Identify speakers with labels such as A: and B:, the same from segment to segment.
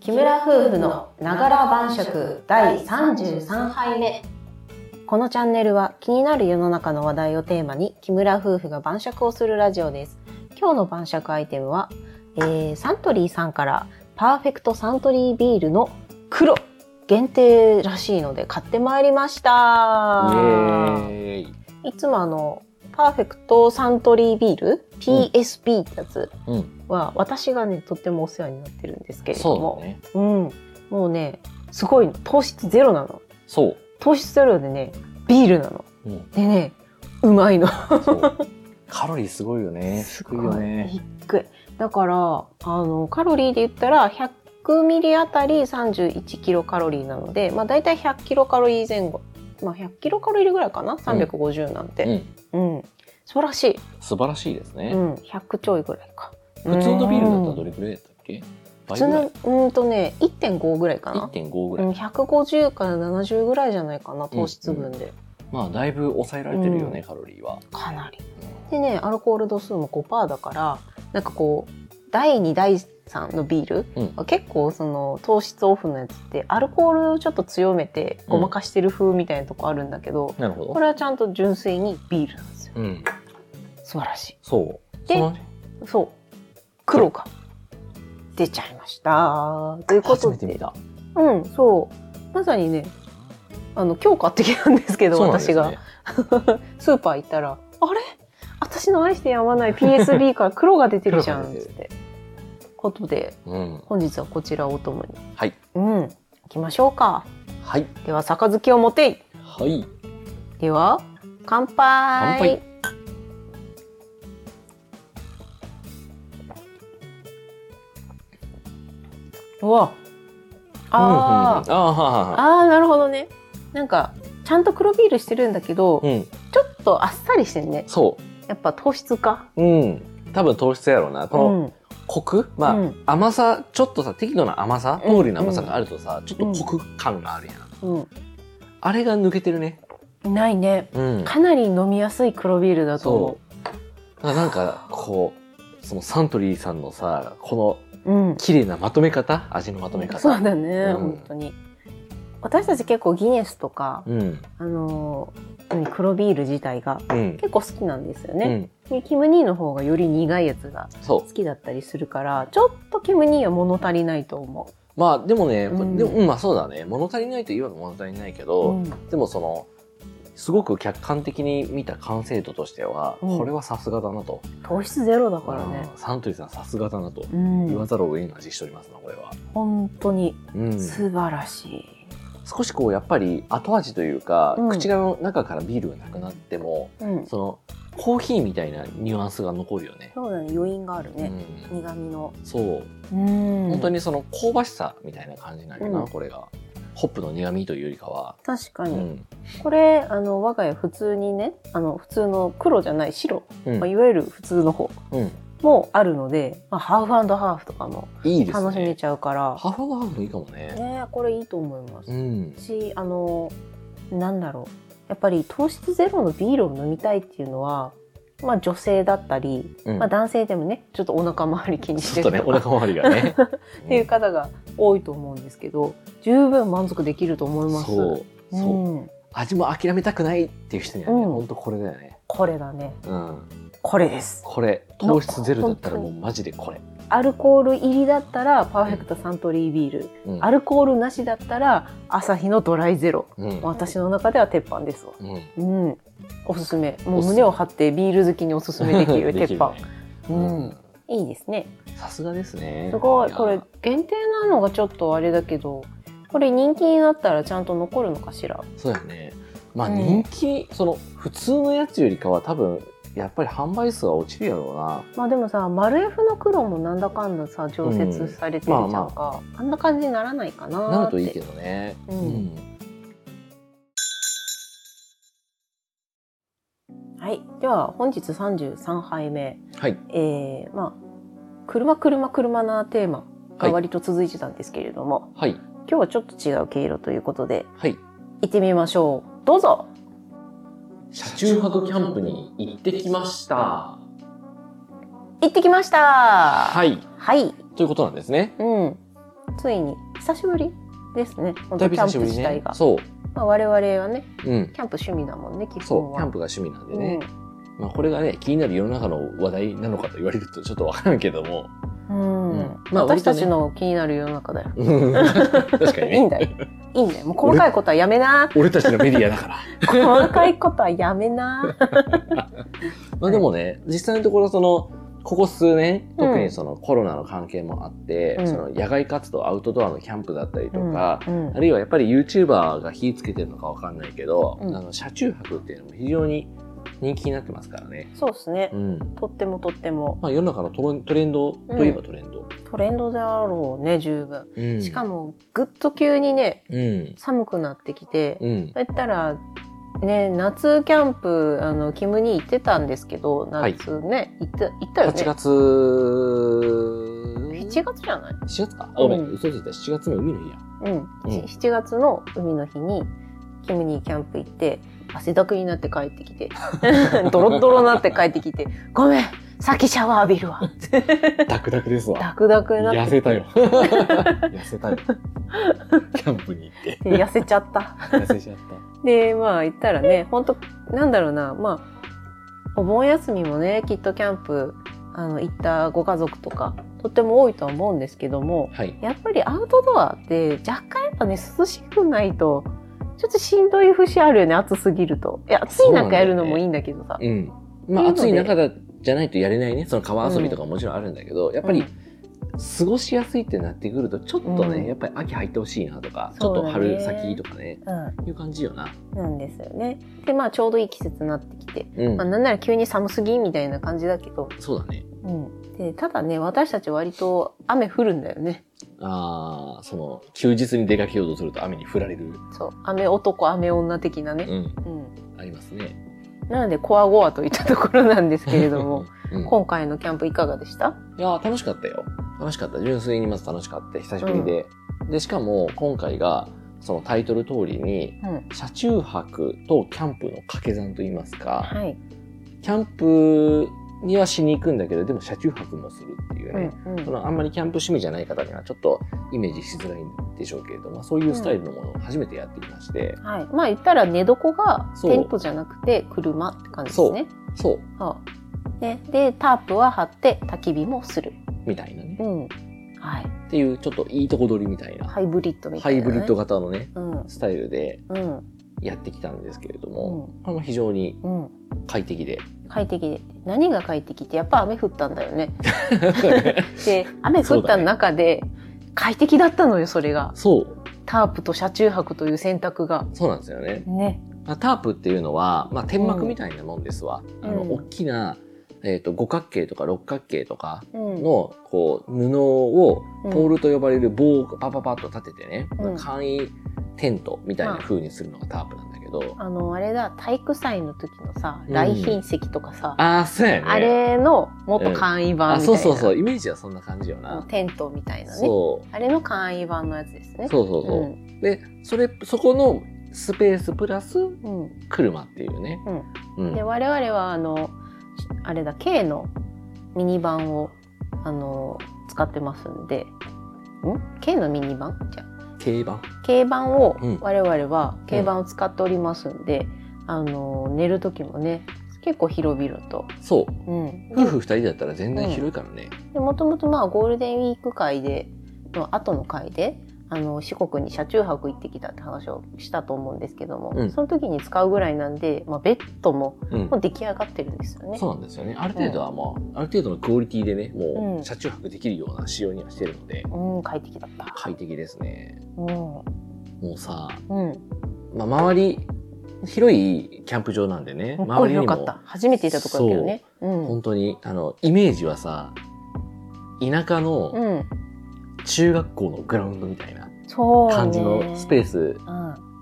A: 木村夫婦のながら晩酌第33杯目このチャンネルは気になる世の中の話題をテーマに木村夫婦が晩酌をするラジオです今日の晩酌アイテムは、えーサントリーさんからパーフェクトサントリービールの黒限定らしいので買ってまいりました
B: イエーイ。
A: いつもあの、パーフェクトサントリービール、PSB ってやつ
B: う
A: は、私がね、とってもお世話になってるんですけれど
B: そう
A: も、
B: だね。
A: うん。もうね、すごいの。糖質ゼロなの。
B: そう。
A: 糖質ゼロでね、ビールなの。
B: うん、
A: でね、うまいの。
B: そう。 カロリーすごいよね。
A: す
B: 低いよね。
A: 低い。だから、あの、カロリーで言ったら、100ミリあたり31キロカロリーなので、まあ大体100キロカロリー前後。まあ100キロカロリーぐらいかな ?350 なん
B: う
A: て。
B: ん。
A: うん。素晴らしい。
B: 素晴らしいですね。
A: うん、100ちょいぐらいか。
B: 普通のビールだったらど
A: れ
B: れくらいだったっけ？
A: 普
B: 倍
A: 通
B: ぐらい
A: の、。うんとね、1.5ぐらいかな。
B: 1.5ぐ
A: う
B: らい。
A: ん、150から70ぐらいじゃないかな、糖質分で。
B: まあだいぶ抑えられてるよね、
A: う
B: カロリーは。
A: かなり。でね、アルコール度数も5%だから、なんかこう、第2、第3のビール、
B: うん
A: 結構その糖質オフのやつって、アルコールをちょっと強めて、ごまかしてる風みたいなとこあるんだけど、
B: なるほ
A: こ
B: ど。
A: れはちゃんと純粋にビールなんですよ。
B: うん。
A: 素晴らし
B: そう。
A: で
B: そのね
A: い。そう。黒が出ちゃいました。ということ
B: 初め
A: で
B: て。見た。
A: うん、そう。まさにね、あの、今日買ってきたんですけど、
B: そうなんです
A: 私
B: ね
A: が。。スーパー行ったら、あれ私の愛してやまない PSB から黒が出てるじゃ
B: 黒
A: ん、
B: が出
A: つって
B: る
A: て。ことで、
B: うん。
A: 本日はこちらをお供に。
B: はい。
A: うん、行きましょうか。
B: はい。
A: では、杯を持てい。
B: はい。
A: では、乾杯。
B: 乾杯
A: うわ。ああ、
B: うんうんうんあ
A: ああなるほどねなんかちゃんと黒ビールしてるんだけど、
B: あ。うん。
A: ちょっとあっさりしてんね
B: そ
A: やっぱ糖質か
B: う。うん。多分糖質やろうな。この、
A: うん
B: コクまあ、
A: うん
B: 甘さちょっとさ適度な甘さ
A: うん
B: 脳裏の甘さがあるとさ、ちょっとコク感があるやん、あれが抜けてるね
A: うんないね
B: うんだか
A: かなり飲みやすい黒ビールだと思
B: らなんかこうそのサントリーさんのさこの
A: ううん
B: 綺麗なまとめ方味のまとめ方
A: そうだね、
B: うん
A: 本当に私たち結構ギネスとか、
B: うん
A: あのー何黒ビール自体が
B: うん、
A: 結構好きなんですよ
B: う
A: ね、
B: ん、
A: でキム・ニーの方がより苦いやつが
B: そ
A: 好きだったりするからちょっとキム・ニーは物足りないと思
B: うまあでもね、
A: うん
B: でもうんまあそうだね物足りないといえば物足りないけ
A: う、
B: ど、
A: うん
B: でもそのすごく客観的に見た完成度としては、
A: うん
B: これはさすがだなと、
A: 糖質ゼロだからね
B: うんサントリーさんさすがだなと
A: うん
B: 言わざるを得ん味しておりますなこれは、
A: 本当に
B: うん、
A: 素晴らしい、
B: 少しこうやっぱり後味というか、
A: うん
B: 口の中からビールがなくなっても
A: うん
B: そのコーヒーみたいなニュアンスが残るよね。
A: そうだね余韻があるね、
B: うん
A: 苦味の、
B: そう、
A: 本
B: 本当にその香ばしさみたいな感じなんやな、
A: うん
B: これがホップの苦味というよりかは、
A: 確か
B: う
A: に、
B: ん
A: これあの我が家普通にねあの普通の黒じゃない白、
B: うん
A: まあ、いわゆる普通の方
B: うん
A: もあるので、まあ、ハーフハーフとかも
B: いいですね
A: 楽しめちゃうから、
B: ハーフハーフもいいかもね。
A: ねこれいいと思います、
B: うん、
A: しあのなんだろうやっぱり糖質ゼロのビールを飲みたいっていうのはまあ女性だったり、
B: うん
A: まあ、男性でもねちょっとお腹周り気にし
B: ちょ
A: て
B: っ
A: る
B: と
A: と
B: ね
A: か
B: お腹周りがね。
A: っていう方が多いと思うんですけど十分満足できると思
B: う
A: い
B: ん
A: ます。
B: そうそう、
A: うん
B: 味も諦めたくないっていう人にはね、
A: うん
B: 本当これだよね。
A: これだね
B: うん、
A: これです
B: これ糖質ゼロだったらもうマジでこれ。
A: アルコール入りだったらパーフェクトサントリービール、
B: うん
A: アルコールなしだったら朝日のドライゼロ
B: うん
A: 私の中では鉄板ですわ
B: うん
A: うんおすすめも
B: お
A: う
B: すす
A: 胸
B: め
A: を張ってビール好きにおすすめで きる
B: で
A: 鉄
B: き
A: 板、
B: ね
A: うんいいですね
B: さすがですね。
A: すごい
B: や
A: これ限定なのがちょっとあれだけどこれ人気になったらちゃんと残るのかしら
B: そうやね。まあ
A: うん
B: 人気、その普通のやつよりかは多分やっぱり販売数は落ちるやろうな。
A: まあでもさ丸 F の黒もなんだかんださ調節されてるじゃんか、
B: うんまあ
A: あんな感じにならないかなーって
B: なるといいけどね。
A: う
B: うんん。
A: はいでは本日33杯目
B: はい。
A: えー、まあ車車車なテーマが割と続いてたんですけれども、
B: はい。
A: 今日はちょっと違う毛色ということで
B: はい。
A: 行ってみましょうどうぞ
B: 車中泊キャンプに行ってきました。
A: 行ってきました
B: はい。
A: はい
B: ということなんですね。
A: うんついに久しぶりですね本
B: だ
A: 当
B: いぶ
A: キャン
B: 久し
A: プ
B: ぶり
A: 自体
B: ね
A: が、。
B: そ
A: まあ、我々はね
B: う。うん。
A: キャンプ趣味だもんね基
B: そ
A: 本
B: う。
A: は
B: キャンプが趣味なんでね。まあこれがね、気になる世の中の話題なのかと言われるとちょっとわからんけども。
A: うん、うん
B: うんまあ
A: 私たち
B: 割とね
A: の気になる世の中だよ
B: うん 確かに
A: いいん
B: ね。
A: だよいいんだよもう細かいことはやめな
B: 俺たちのメディアだから。
A: 細かいことはやめな
B: まあでもね、実際のところその、ここ数年、特にそのコロナの関係もあって、
A: うん
B: その野外活動、アウトドアのキャンプだったりとか、
A: うん
B: あるいはやっぱり YouTuber が火つけてるのかわかんないけど、
A: うん
B: あの車中泊っていうのも非常に人気になってますからね。
A: そうですね
B: うん。
A: とってもとっても
B: まあ世の中のトロントレンドといえばトレンド。
A: トレンドだろうね十分
B: うん
A: しか。もぐっと急にね
B: うん。
A: 寒くなってきて、
B: うん。
A: そうやったらね夏キャンプあのキムに行ってたんですけど夏ね、行った行ったよね
B: 8月、7
A: 7月じゃない
B: 月かあごめん、
A: うん
B: 嘘ついた。7月の海の日や。
A: うん、7月の海の日にキムにキャンプ行って汗だくになって帰ってき てドロッドロになって帰ってきて「ごめんさっきシャワー浴びるわ」
B: ダクダクですわ。
A: ダクダクになっ
B: 痩
A: て
B: せたよ。 痩せたよ。キャンプに行って。
A: 痩せちゃった。
B: 痩せちゃった。
A: でまあ行ったらね本当なんだろうなまあお盆休みもねきっとキャンプあの行ったご家族とかとっても多いとは思うんですけども
B: はい。
A: やっぱりアウトドアって若干やっぱね涼しくないとちょっとしんどい節あるよね暑すぎると。いや暑い中やるのもいいんだけどさ。
B: うん。まあ、
A: って
B: 暑
A: い
B: いう
A: ので
B: 中だじゃないとやれないね。その川遊びとかももちろんあるんだけど、やっぱり過ごしやすいってなってくると、ちょっとね、
A: うん
B: やっぱり秋入ってほしいなとか、ち
A: そ
B: ょ
A: う
B: っ
A: だ
B: と
A: ね
B: 春先とかね、
A: うん、う
B: いう感じよな。
A: ん、なんですよね。でまあちょうどいい季節になってきて、
B: うん
A: まあ、。なんなら急に寒すぎみたいな感じだけど、
B: そうだね。
A: うん、でただね私たち割と雨降るんだよね。
B: ああ、その、休日に出かけようとすると雨に降られる。
A: そう雨男雨女的なね、
B: うん。
A: うん、
B: ありますね。
A: なのでコアゴアといったところなんですけれども
B: うん。
A: 今回のキャンプいかがでした
B: いやー楽しかったよ。楽しかった。純粋にまず楽しかった。久しぶりで。で、しかも今回が、そのタイトル通りに、
A: うん
B: 車中泊とキャンプの掛け算といいますか、
A: はい、
B: キャンプにはしに行くんだけど、でも車中泊もするっていう
A: う
B: ね。
A: ん
B: そのあんまりキャンプ趣味じゃない方にはちょっとイメージしづらいんでしょうけれども、そういうスタイルのものを初めてやってきまして、
A: はい、まあ言ったら寝床が
B: そう
A: テントじゃなくて車って感じですね。
B: そう、
A: そうねでタープは張って焚き火もする、
B: みたいなね
A: う。んはい、
B: っていうちょっといいとこ取りみたいな、
A: ハイブリッドみた
B: ハ
A: い
B: イ
A: な、ね、
B: ブリッド型のね、
A: うん
B: スタイルで
A: うん
B: やってきたんですけれど
A: う
B: も、
A: ん
B: これも非常に
A: うん
B: 快 適で。
A: 快適で何が快適ってやっぱ雨降ったんだよね。 で雨降った中で快適だったのよそれが
B: そう、
A: タープと車中泊という選択が
B: そうなんですよね。
A: ね
B: まあタープっていうのは、まあ、天幕みたいなもんですわ。
A: うん
B: あの、
A: うん
B: 大きな、えっ、と、五角形とか六角形とか
A: うん
B: の、こう、布を、
A: うん
B: ポールと呼ばれる棒をパパパッと立ててね、
A: うん
B: 簡易テントみたいな風にするのがタープなんだけど、
A: あのあれだ体育祭の時のさ
B: うん
A: 来賓席とかさ、
B: ああ、そうやね。
A: あれの元簡易版
B: あ、
A: みたいな、
B: そうそうそう、イメージはそんな感じよ
A: あの
B: な。
A: テントみたいなね
B: そう。
A: あれの簡易版のやつですね
B: そうそうそう。で、それ、そこのスペースプラス
A: うんう
B: 車っていうね。うん
A: ん、で我々はあのあれだ K のミニバンをあの使ってますんでん K のミニバンじゃあ
B: 定番。
A: 軽バンを、
B: うん
A: 我々は軽バンを使っておりますんで、あの寝る時もね結構広々と、
B: そう。
A: うん、
B: 夫婦二人だったら全然広いからね。
A: でもともとまあゴールデンウィーク会での後の会であの四国に車中泊行ってきたって話をしたと思うんですけども、
B: うん
A: その時に使うぐらいなんで、まあ、ベッドも
B: うん
A: もう出来上がってるんですよね。
B: そうなんですよね。ある程度はもう、ある程度のクオリティでね、も
A: う
B: うん車中泊できるような仕様にはしてるので、
A: うん、快適だった。
B: 快適ですね。
A: うん、
B: もうさ、
A: うん、
B: まあ、周り、広いキャンプ場なんでね、
A: すっご
B: 周
A: い
B: りに
A: 良か
B: も
A: った。、初めていたとこだけどね。うん、
B: 本当に、あの、イメージはさ、田舎の
A: うん、
B: 中学校のグラウンドみたいな
A: そうね。
B: 感じのスペース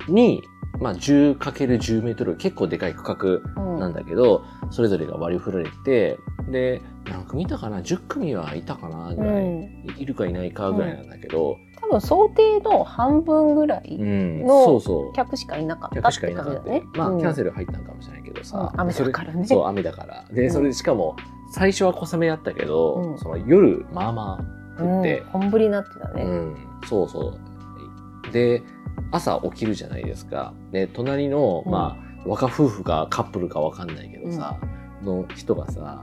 A: うん、
B: に、まあ、10×10 メートル結構でかい区画
A: うん、
B: なんだけど、それぞれが割り振られて、で、何組いたかな ?10 組はいたかなぐらい、
A: うん
B: いるかいないかぐらいなんだけど、
A: 多分想定の半分ぐらい
B: うん
A: の
B: そうそう。
A: 客しかいなかった
B: 客
A: っ
B: しか
A: て
B: いな
A: 感じ
B: か
A: だ
B: った
A: ね。
B: まあ、
A: うん
B: キャンセル入ったんかもしれないけどさ。
A: うん雨
B: そ
A: だ
B: れ
A: からね。
B: そう、雨だから。
A: う
B: で、
A: ん
B: それでしかも、最初は小雨やったけど、
A: うん
B: その夜、まあま食って、
A: うん、本ぶりになってた
B: う
A: ね。
B: ん、そうそう。で、朝起きるじゃないですか。で、隣の、
A: うん
B: まあ、若夫婦かカップルかわかんないけどさ、の人がさ、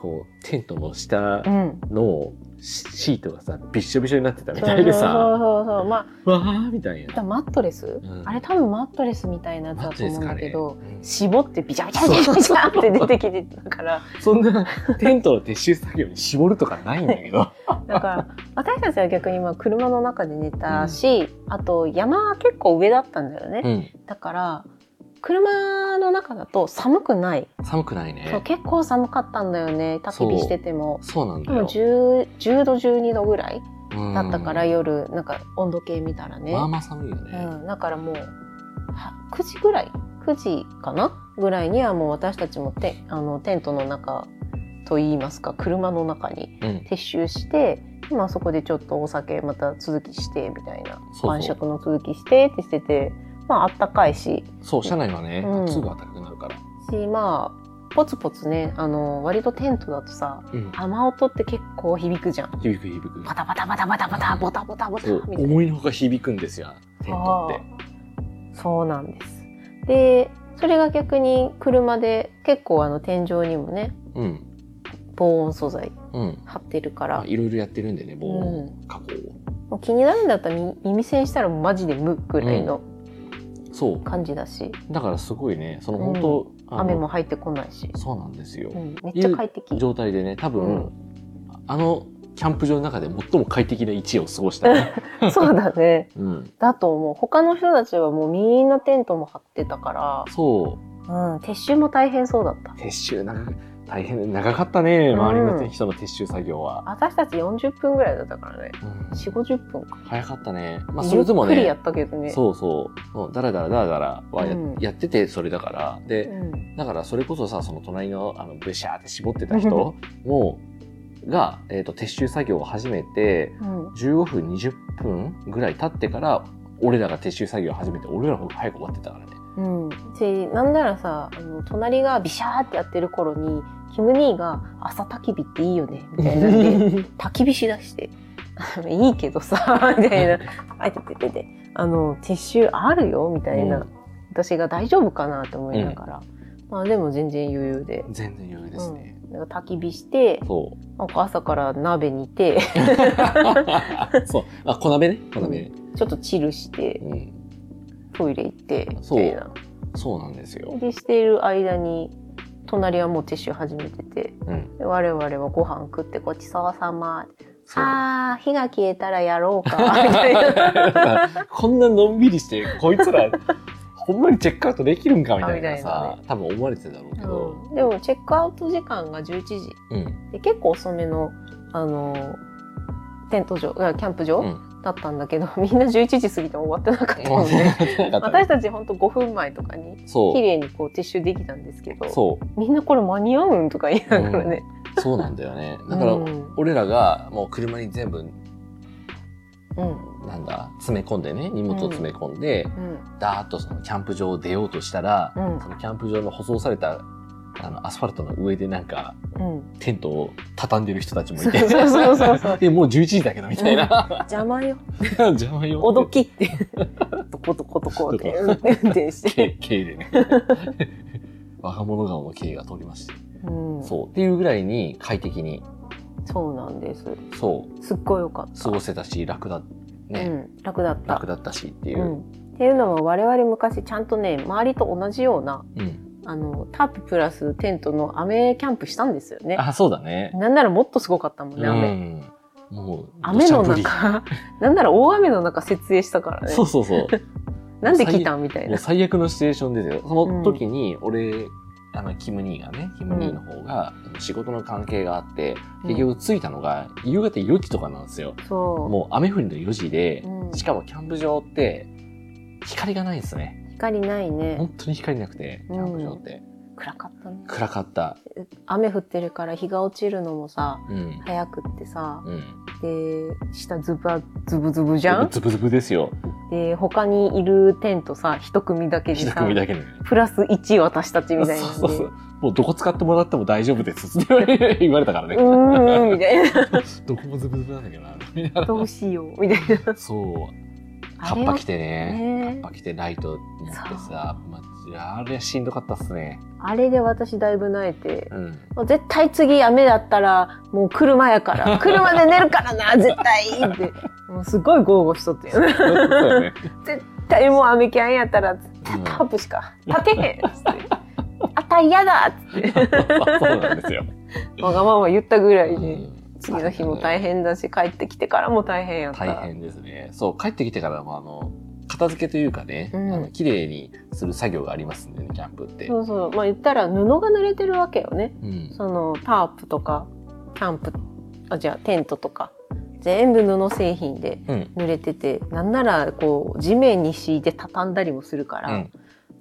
B: こう、テントの下
A: うん。
B: のシシートがさ、びっしょびしょになってたみ
A: そう
B: た
A: そう
B: いで
A: そう
B: さ、
A: そうそう。まあ
B: わーみたい
A: だから
B: な。
A: マットレス、
B: うん
A: あれ多分マットレスみたいなやつ
B: マ
A: だ
B: ジ
A: と思
B: で
A: う
B: す
A: ん
B: か
A: だけ
B: ね。
A: ど、
B: うん
A: 絞ってビチャビチャビチャビチャって出てきてたから、
B: そんなテントの撤収作業に絞るとかないんだ けど。
A: だから私たちは逆にまあ車の中で寝たし、あと山は結構上だったんだよね。
B: うん。
A: だから車の中だと寒くない。
B: 寒くない
A: そう
B: ね。
A: 結構寒かったんだよね。焚き火してても。
B: そうなんだ
A: 多分
B: よ。
A: 10, 10度12度ぐらいだったから
B: うん
A: 夜なんか温度計見たらね、
B: まあまあ寒いよね。
A: うん、だからもうは9時ぐらい9時かなぐらいにはもう私たちもてあのテントの中といいますか車の中に
B: うん。
A: 撤収して今あそこでちょっとお酒また続きしてみたいな
B: そうそう
A: 晩酌の続きしてってしててまああったかいし
B: そう、車内はね、
A: うん
B: すぐ暖かくなるから。
A: しまあポツポツねあの割とテントだとさ
B: うん。
A: 雨音って結構響くじゃん。
B: 響く響く
A: バ。タバタバタバタバタボタボタボタ
B: そう
A: みたいな。
B: 思いのほか響くんですよ、テントって。
A: そうなんです。で、それが逆に車で結構あの天井にもね、
B: うん。
A: 防音素材
B: うん。
A: 貼ってるか
B: ま
A: ら
B: あ、いろいろやってるんでね、防
A: う
B: 音加工を。
A: もう気になるんだったら耳耳栓したらマジで無ぐらいの
B: そう。
A: 感じだし、
B: だからすごいね、その本当、あの
A: 雨も入ってこないし、
B: そうなんですよ
A: う。ん、めっちゃ快適。
B: 状態でね、多
A: う
B: 分、あの、キャンプ場の中で最も快適な位置を過ごし たね。
A: そうだね。
B: うん。
A: だと思う。他の人たちはもうみんなテントも張ってたか
B: そ
A: ら、うん、撤収も大変そうだった
B: う。。撤収、長く、大変、長かったね、
A: うん
B: 周りの人の撤収作業は。
A: 私たち40分ぐらいだったからね。
B: うん
A: 4、50分か。
B: 早かったね。まあ、それでも
A: ゆっくりや
B: ね
A: っ、たけどね。
B: そうそううん。だらだらだらだらはや
A: うん
B: やってて、それだから。で、
A: うん
B: だからそれこそさその隣のあのブシャーって絞ってた人もが、えー、と撤収作業を始めて
A: うん
B: 15分20分ぐらい経ってから俺らが撤収作業を始めて俺らの方が早く終わってたか らね。
A: うん、しなんならさあの隣がビシャーってやってる頃にキム兄が「朝焚き火っていいよね」みたいなんで焚き火しだしてあの「いいけどさ」みたいな「あいててててあの撤収あるよ」みたいな、
B: うん
A: 私が大丈夫かなと思いながら、まあでも全然余裕で。
B: 全然余裕ですね。
A: うんなんか焚き火して
B: そ
A: なんか朝から鍋煮て
B: う。そう。あ、小鍋ね。小鍋、
A: ちょっとチルして
B: うん。
A: トイレ行ってみ
B: そう
A: たいな
B: そうなんですよ。
A: でしている間に隣はもう撤収始めてて
B: うん。
A: で我々はご飯食ってごちそうさま
B: そう。
A: あー火が消えたらやろうかみたい な
B: こんなのんびりして、こい つら、ほんまにチェックアウトできるんかみたいな
A: あみたいな
B: さ、多分思われてただろうけど。
A: うんでもチェックアウト時間が11時
B: うん。
A: で結構遅めのあのーテント場いやキャンプ場、
B: うん
A: だったんだけど みんな11時過ぎても終わってなかったもんね 私たちほんと5分前とかに
B: そう。
A: 綺麗にこう撤収できたんですけど
B: そ
A: みんなこれ間に合うんとか言いながらね、
B: う。そうなんだよね。だから、
A: うん
B: 俺らがもう車に全部、
A: うん
B: なんだ、詰め込んでね、荷物を詰め込んで、
A: うん
B: ダーッとそのキャンプ場を出ようとしたら、
A: うん
B: そのキャンプ場の舗装された、あの、アスファルトの上でなんか、
A: うん
B: テントを畳んでる人たちもいて。
A: そうそうそうそう
B: え、もう11時だけど、みたいな。
A: 邪魔よ
B: 邪魔よ。
A: おど。き って、どこどこどこって運転して。
B: K、K でね。 若者顔の K が通りまして。
A: うんそう
B: そう。っていうぐらいに快適に、
A: なんです。
B: そう、
A: すっごい良かった。
B: 過ごせたし、楽だ、ね。
A: うん、楽だった。
B: 楽だったしっていうう。
A: ん。っていうのは我々昔ちゃんとね、周りと同じような、
B: うん。
A: あの、ターププラステントの雨キャンプしたんですよね。
B: あ、そうだね。
A: なんならもっとすごかったもんね、雨。
B: うん。もう、
A: 雨の
B: 土砂降り
A: 中、 なんなら大雨の中設営したからね
B: そ。うそ うそう。
A: なんで来たんみたい
B: もう
A: な。
B: 最悪のシチュエーションですよ。その時に、俺、あの、キム兄がね、キム兄の方が、仕事の関係があって、
A: うん
B: 結局着いたのが、夕方4時とかなんですよ。
A: そ
B: もう雨降りの4時で
A: う。、うん、
B: しかもキャンプ場って、光がないんですね。
A: 光ないね。
B: 本当に光なくて、キャンプ場って。
A: 暗かったね
B: 暗かった。
A: 雨降ってるから日が落ちるのもさ
B: うん。
A: 早くってさ
B: うん。
A: で下ズバズブズブじゃん
B: ズブズブですよ。
A: で他にいるテントさ一組だけで
B: 一
A: さ
B: 組だけのね。
A: プラス1私たちみたいな
B: そうそうそう。もうどこ使ってもらっても大丈夫ですって言われ言われたからね。
A: うーんみたい
B: どこもズブズブなんだけどな。
A: などうしようみたいな
B: そう。
A: あ
B: カ
A: れ
B: ッ
A: は
B: パ着てね。
A: ね
B: カッパ着てライト持ってさ、まあ、あれはしんどかったっすね。
A: あれで私だいぶ泣いて
B: うん。
A: もう絶対次雨だったらもう車やから 車で寝るからな絶対ってもうすごい豪語しとって絶
B: そうだよね。
A: 対もう雨キャンやったら絶
B: うん
A: 対タープしか立てへんっつってあたい嫌だっつっ
B: そうなんですよ。
A: てわがまま言ったぐらいで
B: うん
A: 次の日も大変だし帰ってきてからも大変やった
B: 大変ですね。そう、帰ってきてからも、あの、片付けというかね、
A: うん
B: あの綺麗にする作業がありますんでね、キャンプって。
A: そうそうまあ言ったら布が濡れてるわけよね
B: うん
A: そのタープとかキャンプあじゃあテントとか全部布製品で
B: うん。
A: 濡れててなんならこう地面に敷いて畳んだりもするから、
B: うん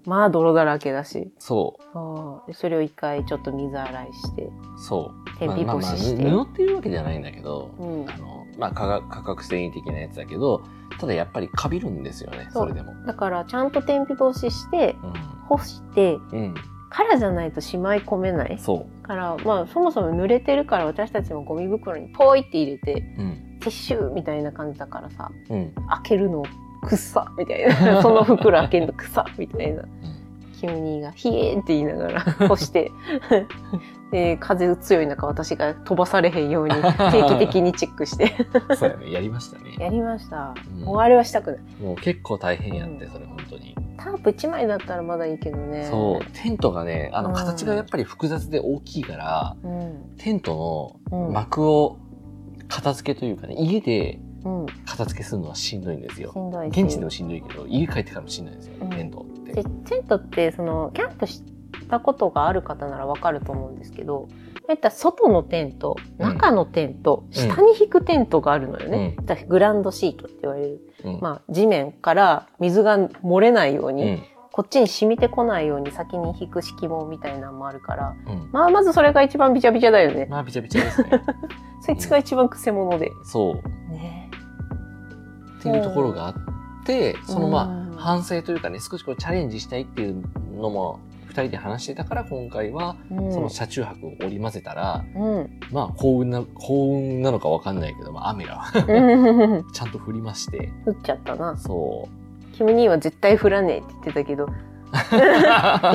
A: まあ泥だらけだし
B: そ
A: そうでそれを一回ちょっと水洗いして
B: う、そう。
A: 天日干しして、
B: 布っていうわけじゃないんだけど、
A: うん
B: あの、まあ、化学化学繊維的なやつだけど、ただやっぱりかびるんですよね、
A: そう
B: それでも。
A: だからちゃんと天日干しして
B: う
A: 干して
B: ん。うん。
A: からじゃないとしまい込めない
B: そ
A: からまあそもそも濡れてるから私たちもゴミ袋にポイって入れて
B: う。うん。
A: ティッシュみたいな感じだからさ
B: うん。
A: 開けるのくっさみたい なその袋開けるのくさみたいな急にが「ひえー」って言いな がら干してで風強い中私が飛ばされへんように定期的にチェックして
B: そ うやね、やりましたね。
A: やりました、
B: うん
A: もうあれはしたくない
B: もう結構大変やって、それ本当に。
A: タープ1枚だったらまだいいけどね
B: そう、テントがね、あ
A: う
B: の
A: ん
B: 形がやっぱり複雑で大きいから、
A: う、ん
B: テント
A: う
B: の
A: ん
B: 幕を片付けというかね、家で
A: うん、し
B: 片付けするのはしんどいんですよ。
A: んどいし
B: 現地でもしんどいけど、家帰ってからもしんどいんですよ、
A: うん
B: テントっ
A: で
B: て。
A: テントってそのキャンプしたことがある方ならわかると思うんですけどこういった外のテント
B: うん
A: 中のテント、
B: うん
A: 下に引くテントがあるのよね、だからグランドシートって言われる、
B: うん
A: まあ、地面から水が漏れないよう
B: う
A: に、
B: ん。
A: こっちに染みてこないように先に引く敷物みたいなのもあるから、
B: うん。
A: まあ、まずそれが一番ビチャビチャだよね
B: まあ、びちゃび ちゃですね。
A: そいつが一番くせ者で、
B: そう。
A: ね、
B: っていうところがあって、そのま
A: うん
B: あ、反省というかね、少しこうチャレンジしたいっていうのも、二人で話してたから、今回は、
A: うん
B: その車中泊を織り交ぜたら、
A: うん
B: まあ、幸運な、幸運なのかわかんないけど、まあ、雨が
A: うん
B: ちゃんと降りまして、
A: 降っちゃったな
B: そう。
A: キム兄は絶対降らねえって言ってたけど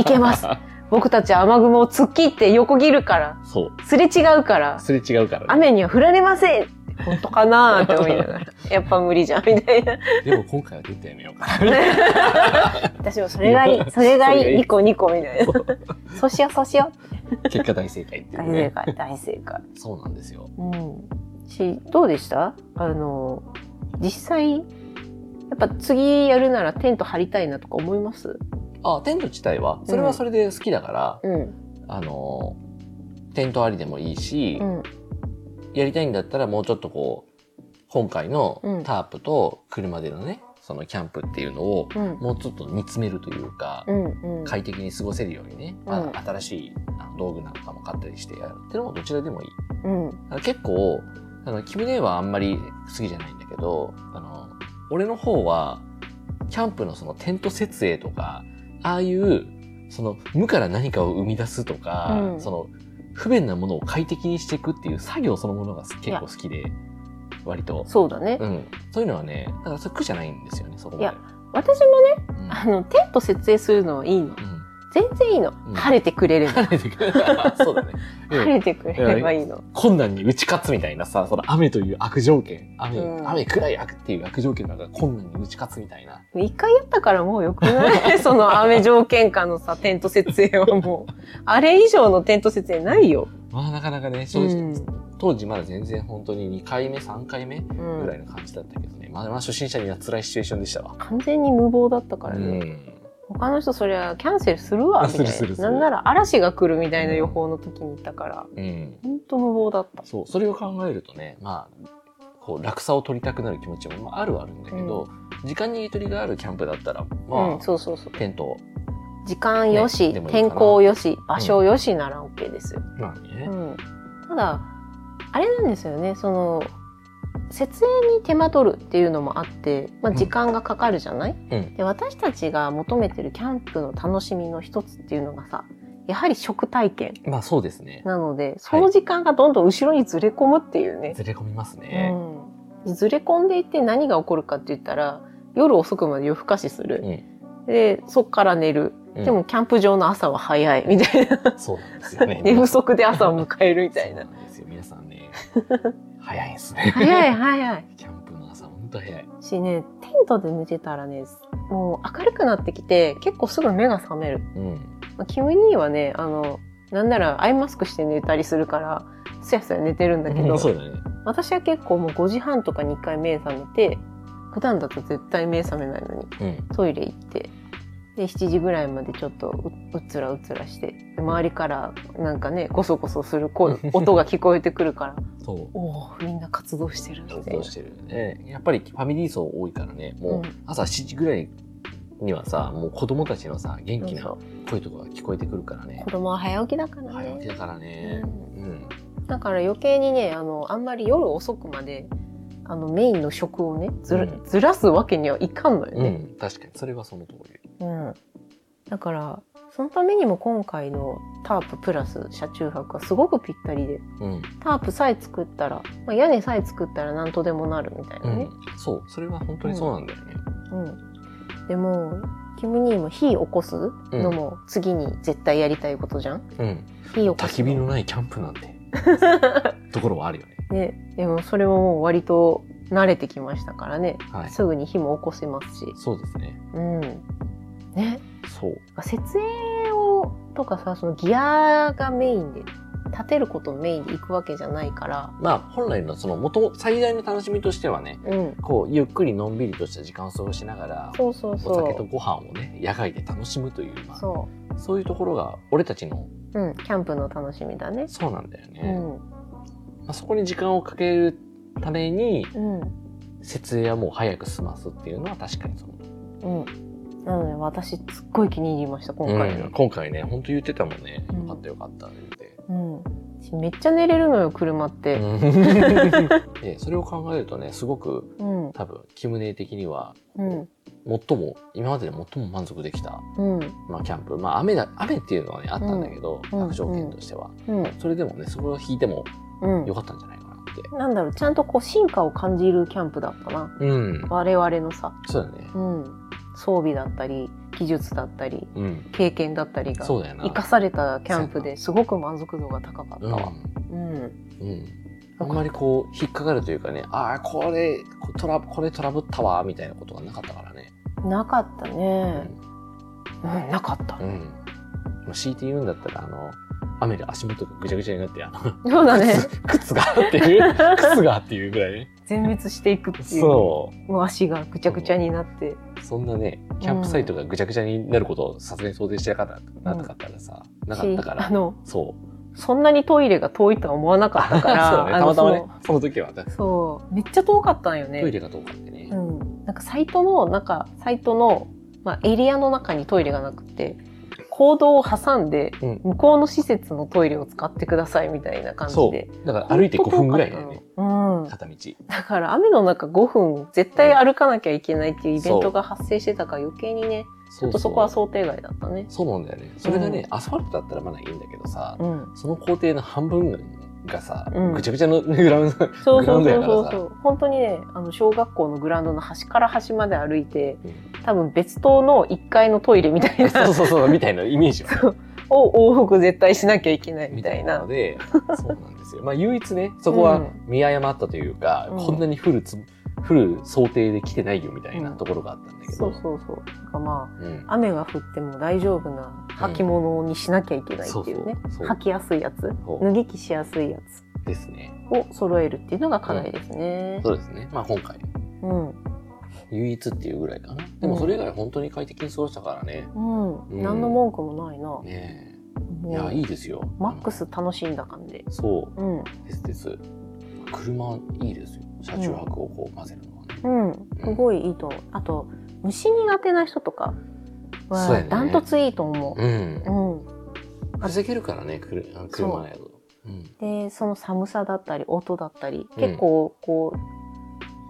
A: いけます。僕たちは雨雲を突っ切って横切るから
B: そう。
A: すれ違うから
B: すれ違うからね。
A: 雨には降られません本当かなーって思いな がらやっぱ無理じゃんみたいな
B: でも今回は出てやめよ うか
A: 私もそれがいい それが
B: それが
A: い
B: い
A: い
B: い
A: ニコニコみたいな
B: な。
A: そうしようそうしよう
B: 結果大正解ってい
A: 大
B: う
A: 正
B: ね。
A: 解大正解
B: そうなんですよ。
A: うん、しどうでしたあの実際やっぱ次やるならテント張りたいなとか思います
B: あ、テント自体は、それはそれで好きだから、
A: うん
B: あのー、テントありでもいいし、
A: うん
B: やりたいんだったらもうちょっとこう、今回の
A: うん
B: タープと車でのね、そのキャンプっていうのを、
A: うん
B: もうちょっと煮詰めるというか、
A: うんうん
B: 快適に過ごせるようにね、
A: う
B: ま
A: ん
B: あ、新しいあの道具なんかも買ったりしてやるっていうのもどちらでもいい。
A: うん
B: あの結構、あの、キムネはあんまり好きじゃないんだけど、あの、俺の方は、キャンプのそのテント設営とか、ああいう、その、無から何かを生み出すとか、
A: うん
B: その、不便なものを快適にしていくっていう作業そのものがす結構好きで、割と。
A: そうだね、
B: うん。そういうのはね、だからそれ苦じゃないんですよね、そこまで。
A: いや私もね
B: うん、
A: あのテント設営するのはいいの
B: うん。
A: 全然いいの、
B: うん
A: 晴れてくれれば
B: 慣れてくる そうだ ね。
A: 晴れてくれればいいの、
B: 困難に打ち勝つみたいなさ、その雨という悪条件、雨、
A: うん
B: 雨暗い悪っていう悪条件だから困難に打ち勝つみたいな。
A: 一回やったからもうよく ないその雨条件下のさテント設営はもうあれ以上のテント設営ないよ、
B: まあなかなかね、
A: う
B: 正直、
A: ん
B: 当時まだ全然本当に2回目、3回目ぐ
A: うん
B: らいの感じだったけどね、まあまあ初心者には辛いシチュエーションでしたわ。
A: 完全に無謀だったからね、
B: うん
A: 他の人そりゃキャンセルするわ
B: あ
A: みたいな
B: するするする
A: なんなら嵐が来るみたいな予報の時に行ったから、
B: うん。
A: ほんと無謀だった
B: そう、それを考えるとね、まあ、こう、楽さを取りたくなる気持ちも、まあ、あるはあるんだけど、時間にゆとりがあるキャンプだったら、まあ、
A: うんそうそうそう
B: テント
A: 時間よし、
B: ねでもいいかな
A: 天候よし、場所よしなら OK ですよ。
B: まあね
A: う。んただ、あれなんですよね、その、設営に手間取るっていうのもあって、まあ、
B: うん
A: 時間がかかるじゃない、
B: うん
A: で私たちが求めてるキャンプの楽しみの一つっていうのがさ、やはり食体験
B: まあそうですね。
A: なので、その時間がどんどん後ろにずれ込むっていうね。
B: ずれ込みますね。
A: うん、ずれ込んでいって何が起こるかって言ったら夜遅くまで夜更かしする、でそっから寝る、
B: うん
A: でもキャンプ場の朝は早いみたいな、
B: そうなんですよね。
A: 寝不足で朝を迎えるみたいな
B: そう なんですよ。皆さん ね、早いんですね。
A: 早い早い
B: キャンプの朝、本当早い。
A: しねテントで寝てたらねもう明るくなってきて結構すぐ目が覚める
B: うん。
A: まあキム兄はねあのなんならアイマスクして寝たりするからすやすや寝てるんだけど、
B: そうだね。
A: 私は結構もう5時半とかに1回目覚めて普段だと絶対目覚めないのに
B: うん。
A: トイレ行ってで7時ぐらいまでちょっとううつらうつらしてで周りからなんかねゴソゴソする声 音が聞こえてくるから
B: そう。
A: おおみんな活動してるみたいな
B: 活動してるよね。やっぱりファミリー層多いからね、もう
A: うん
B: 朝7時ぐらいにはさ、もう子供たちのさ、元気
A: そ
B: な
A: う
B: 声とかが聞こえてくるからね
A: 子。供は早起きだから
B: 早起き
A: ね
B: だからね。うん。
A: だから余計にねあのあんまり夜遅くまであのメインの食をねずら,、
B: うん
A: ずらすわけにはいかんのよ
B: う
A: ね、
B: ん。確かに、それはその通り。
A: うん、だからそのためにも今回のターププラス車中泊はすごくぴったりで
B: うん。
A: タープさえ作ったら、まあ、屋根さえ作ったら何とでもなるみたいうなね
B: ん。。そう。それは本当にそうなんだよね。
A: うんでもキム兄も火起こすのも次に絶対やりたいことじゃん、
B: うん。
A: 火起こ
B: 焚
A: す
B: き火のないキャンプなん て、ところはあるよね。
A: ね、でもそれももう割と慣れてきましたからね、
B: はい。
A: すぐに火も起こせますし、
B: そうですね。
A: うんね、
B: そう。
A: 設営をとかさそのギアがメインで立てることをメインで行くわけじゃないから、
B: まあ、本来のその元、最大の楽しみとしてはね、
A: うん、
B: こう、ゆっくりのんびりとした時間を過ごしながら、
A: そうそうそ
B: お酒と
A: う
B: ご飯をね、野外で楽しむという、まあ、
A: そ
B: そういうところが俺たちの
A: う、うん、キャンプの楽しみだね。
B: そうなんだよ
A: う
B: ね、ま
A: ん
B: あ、そこに時間をかけるために
A: うん
B: 設営はもう早く済ますっていうのは確かにそ
A: う
B: の
A: ん。なので私すっごい気に入りました今回
B: う
A: の
B: ん、今回ね本当言ってたもんね、
A: うん
B: よかったよかったって
A: うんめっちゃ寝れるのよ車って、
B: 言って、でそれを考えるとねすごく
A: うん、うん
B: 多分キムネ的には
A: うん
B: 最も今までで最も満足できた、
A: うん
B: まあ、キャンプまあ雨だ雨っていうのはねあったんだけど、
A: うん
B: 悪条件としては、
A: うん
B: それでもねそこを引いても
A: うん
B: よかったんじゃないかなって
A: なんだろうちゃんとこう進化を感じるキャンプだったな
B: うん
A: 我々のさ、
B: そうだね
A: うん、装備だったり技術だったり
B: うん
A: 経験だったりが
B: そうだよな
A: 生かされたキャンプですごく満足度が高かったわ、
B: う
A: う
B: ん
A: ん
B: うん、あんまりこう引っかかるというかねああこれこトラこれトラブったわみたいなことがなかったからね、
A: なかったね、うん、なかった
B: う、んまあ、強いて言うんだったらあの雨で足元がぐちゃぐちゃになってあの
A: そうだね
B: 靴靴がっていう 靴がっていうぐらいね
A: 全滅していくっていう
B: そ
A: もう足がぐちゃぐちゃになって、
B: うそんなねキャンプサイトがぐちゃぐちゃになることをさすがに想定してなかったなかったからさ、なかったか
A: しあ
B: ら
A: の
B: そう
A: そんなにトイレが遠いとは思わなかったから
B: そうだね
A: あ
B: た
A: の
B: またまねその時はね
A: そのそうめっちゃ遠かったんよね
B: トイレが遠かったね、
A: うん、なんかサイトのなんかサイトの、まあ、エリアの中にトイレがなくて行動を挟んで
B: うん
A: 向こうの施設のトイレを使ってくださいみたいな感じ
B: そ
A: で
B: うだから歩いて5分ぐらいだよね、
A: うん、
B: 片道
A: だから雨の中5分絶対歩かなきゃいけないっていうイベントが発生してたから余計にねち
B: そ
A: ょっとそこは想定外だったね
B: そうなんだよね。それがね、アスファルトだったらまだいいんだけどさ、
A: うん
B: その工程の半分がさ、
A: うん
B: ぐちゃぐちゃのグラウン ド、
A: そう
B: グラ
A: そ
B: ウン
A: うそ
B: ド
A: うそ
B: やから
A: う
B: さ
A: そ。う本当にねあの小学校のグラウンドの端から端まで歩いて多分別棟の1階のトイレみたい
B: そう
A: な
B: そうそう、みたいなイメージは。
A: を往復絶対しなきゃいけないみたいな
B: の。 で、そうなんですよ。まあ唯一ね、そこは見誤ったというか、
A: うん
B: こんなに降るつ、降る想定で来てないよみたいなところがあったんだけ
A: そ
B: ど
A: う、そうそう。なんかま
B: うん
A: あ雨が降っても大丈夫な履物にしなきゃいけないっていうね。
B: うんそうそうそう
A: 履きやすいやつ、
B: そう
A: 脱ぎ着しやすいやつ
B: ですね。
A: を揃えるっていうのが課題ですね。
B: そうですね。まあ今回、
A: うん、
B: 唯一っていうぐらいかな。でもそれ以外本当に快適に過ごしたからね。
A: うん、
B: うん
A: 何の文句もないな。も
B: ねえ。
A: う
B: いや、いいですよ。
A: マックス楽しんだ感じ。
B: そう。
A: うん、
B: ですです。車いいですよ。車中泊をこう混ぜるのはね。
A: うん、すごいいいと思う。あと虫苦手な人とか
B: そうや
A: は
B: ね
A: ダントツいいと思
B: うん
A: う。。うん。
B: 防げるからね、くるあの車やと。うん。
A: でその寒さだったり音だったり
B: うん
A: 結構こ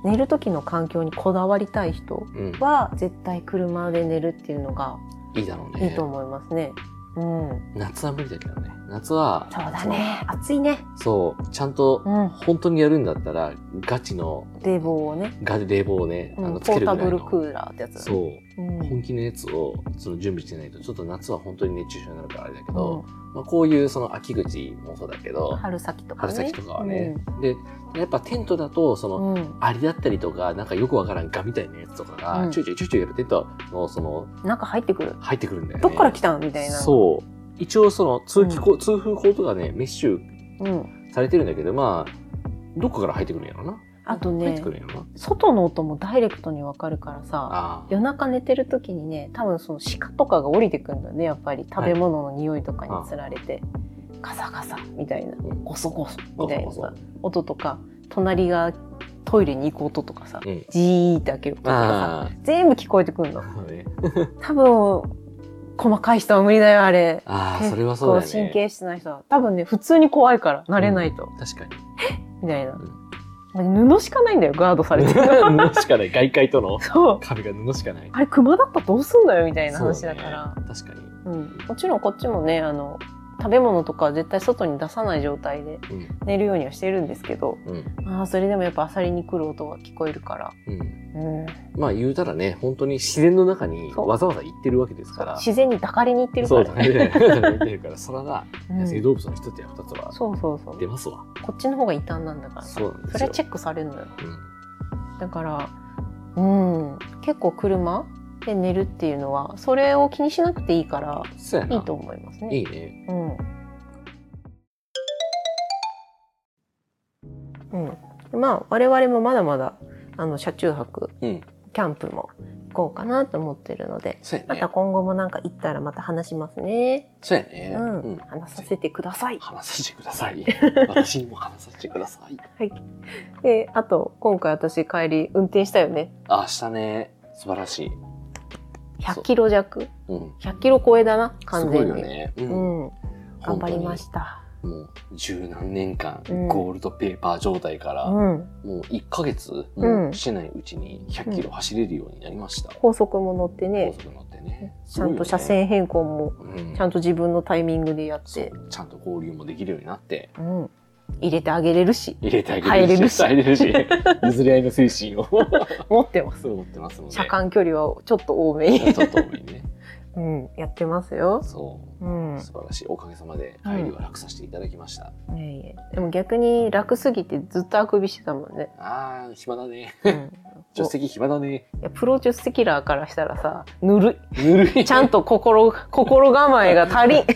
A: う、寝る時の環境にこだわりたい人
B: うん。
A: は絶対車で寝るっていうのが
B: いいだろう
A: い
B: ね。
A: いと思いますね。うん、
B: 夏は無理だけどね。夏は、
A: そうだね暑いね、
B: そう、ちゃんと
A: う、ん、
B: 本当にやるんだったら、ガチの、
A: 冷房をね、
B: ガ冷房をね、
A: う
B: あ
A: ん、
B: の、つ
A: ポー
B: けるぐら
A: タ
B: いの。
A: ブルクーラーってやつだね
B: そう。
A: う
B: 本
A: ん
B: 気のやつをその準備してないとちょっと夏は本当に熱中症になるからあれだけ
A: う
B: ど、まあ、こういうその秋口もそうだけど
A: ん、春先とかね
B: 春先とかはね、でやっぱテントだとその、
A: うんうん、
B: アリだったりとかなんかよくわからんガみたいなやつとかが、
A: うん
B: ちょいちょいちょいちょいやっぱテントのその
A: 中入ってくる
B: 入ってくるんだよね。
A: どっから来たんみたいな
B: そう一応その通気口、通風口とかねメッシュ
A: う、ん、
B: されてるんだけどまあどっかから入ってくるんやろな。
A: あと
B: 入っ
A: ね
B: てくるんやろな。
A: 外の音もダイレクトにわかるからさ
B: ああ
A: 夜中寝てる時にね多分その鹿とかが降りてくんだねやっぱり食べ物の匂いとかにつられて、ガサガサみたいな
B: うん
A: ゴソゴソみたいな
B: ゴソゴ
A: さ音とか隣がトイレに行く音とかさ
B: うん。
A: ジーって開ける音とかさ
B: あ
A: 全部聞こえてくるの
B: あ、ね、
A: 多分細かい人は無理だよあれ
B: ああ
A: 結構
B: それはそうだね。
A: 神経質な人は多分ね普通に怖いから慣れないと、
B: 確かに。
A: みたいな、布しかないんだよガードされて
B: 布しかない外界との
A: そう
B: 壁が布しかない
A: あれ熊だったらどうすんだよみたいな話だから。
B: そうね
A: うん、もちろんこっちもねあの食べ物とかは絶対外に出さない状態で
B: 確かに
A: 寝るようにはしてるんですけど
B: うんうん
A: あーそれでもやっぱアサリに来る音が聞こえるから、
B: うん
A: うん、
B: まあ言うたらね本当に自然の中に
A: そう
B: わざわざ行ってるわけですから
A: 自然に抱かれに行ってるから
B: そう
A: ね。
B: だね 行ってるから空が
A: うん
B: 野生動物の一つや二つは
A: そうそうそう
B: 出ますわ
A: こっちの方が異端なんだから
B: そうなんですよ
A: それはチェックされるのよ
B: うん
A: だからうん結構車で寝るっていうのはそれを気にしなくていいから
B: そうやない
A: いと思いますね
B: いいね
A: うん。うん。まあ我々もまだまだあの車中泊、
B: うん
A: キャンプも行こうかなと思ってるので、
B: そうや
A: ま
B: ね
A: た今後もなんか行ったらまた話しますね。
B: そうやね
A: うん。
B: うん
A: 話させてください。
B: 話させてくだ さい私にも話させてください
A: で、あと今回私帰り運転したよね。
B: あ明日ね素晴らしい
A: 100キロ弱、
B: うん
A: 100キロ超えだな完全
B: すご
A: に。
B: いよねう
A: うんん。頑張りました。
B: もう十何年間
A: うん
B: ゴールドペーパー状態から、
A: うん。
B: もう1ヶ月
A: うん
B: もしてないうちに100キロ走れるようになりました。
A: 高速も乗って
B: 高
A: ね、
B: 速乗ってね。
A: ちゃんと車線変更も
B: すごいよね、うん、
A: ちゃんと自分のタイミングでやっ
B: そ
A: て。
B: うちゃんと合流もできるようになって、
A: うん、入れてあげれるし
B: 入れてあげるし、
A: 入
B: 入れるし、 譲り合いの精神を
A: 持って ます
B: そう思ってますので。
A: 車間距離はちょっと多めに、
B: ちょっと多めにね。
A: うん、やってますよ、
B: そうう。
A: ん
B: 素晴らしい。おかげさまで帰りは楽させていただきました。
A: いえいえでも逆に楽すぎてずっとあくびしてたもんね、
B: あー、暇だね。
A: うん
B: 助手席暇だね。
A: いやプロ助手席ラーからしたらさぬる
B: ぬる
A: い
B: い。
A: ちゃんと心 心構えが足りんち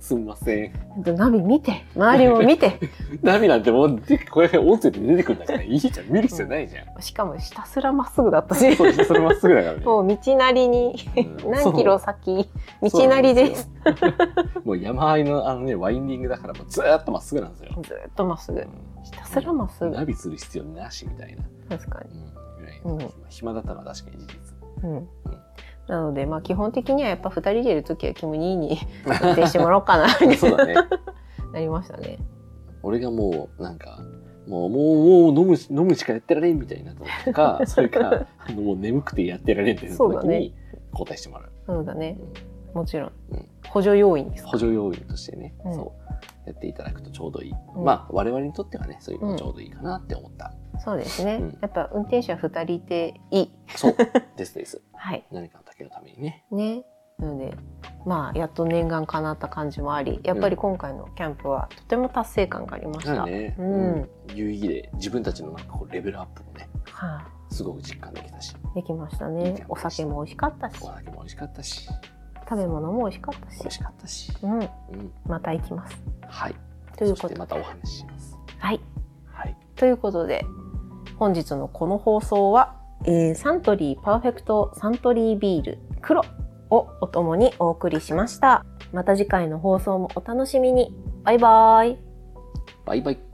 B: すんません。
A: ょっとナビ見て周りも見て
B: ナビなんてもう、でこれ音声で出てくるんだから、いいじゃん。見る必要ないじゃん。
A: しかもひたすらまっすぐだったし
B: そうですそれまっすぐだからね。
A: もう道なりに
B: うん
A: 何キロ先道なりです
B: もう山あいのあのねワインディングだからもうずーっとまっすぐなんですよ。
A: ずっとまっすぐひたすらまっすぐ
B: ナビする必要なしみたいな。
A: 確かに
B: うん、ぐら
A: う
B: い、
A: ん
B: 暇だったのは確かに事実。
A: うんなので、まあ、基本的にはやっぱ2人でいる時はキム兄に運転してもらおうかな
B: そうだね。
A: なりましたね。
B: 俺がもうなんかもうもうもう飲む飲むしかやってられんみたいになった時とか、それかあのもう眠くてやってられんってなった
A: そう
B: 時
A: だね
B: に交代してもらう。
A: そうだね
B: うん
A: もちろん
B: うん
A: 補助要員ですか
B: 補助要員としてね、
A: うん
B: そうやっていただくとちょうどいい、
A: うん
B: まあ我々にとってはねそういうのがちょうどいいかなって思った、
A: そうですね、
B: うん
A: やっぱ運転手は2人いていい。
B: そうですです
A: はい
B: 何かの時のためにね
A: ね、なのでまあやっと念願かなった感じもありやっぱり今回のキャンプはとても達成感がありまし
B: そう
A: た。
B: だね、
A: うん
B: 有意義で自分たちのなんかこうレベルアップもね
A: は
B: すごく実感できたし
A: いできました
B: いいキ
A: ね
B: ャンプでした
A: お酒も美味しかったし
B: お酒も美味しかったし
A: 食べ物も美味しかったし
B: 美、味しかったし、
A: うん、
B: うん、
A: また行きます。
B: はい
A: というこ
B: そし
A: と
B: て
A: で
B: またお話しします
A: はい
B: はい
A: ということで本日のこの放送は、えーサントリーパーフェクトサントリービール黒をお供にお送りしましたまた次回の放送もお楽しみにバイバイ
B: バイバイ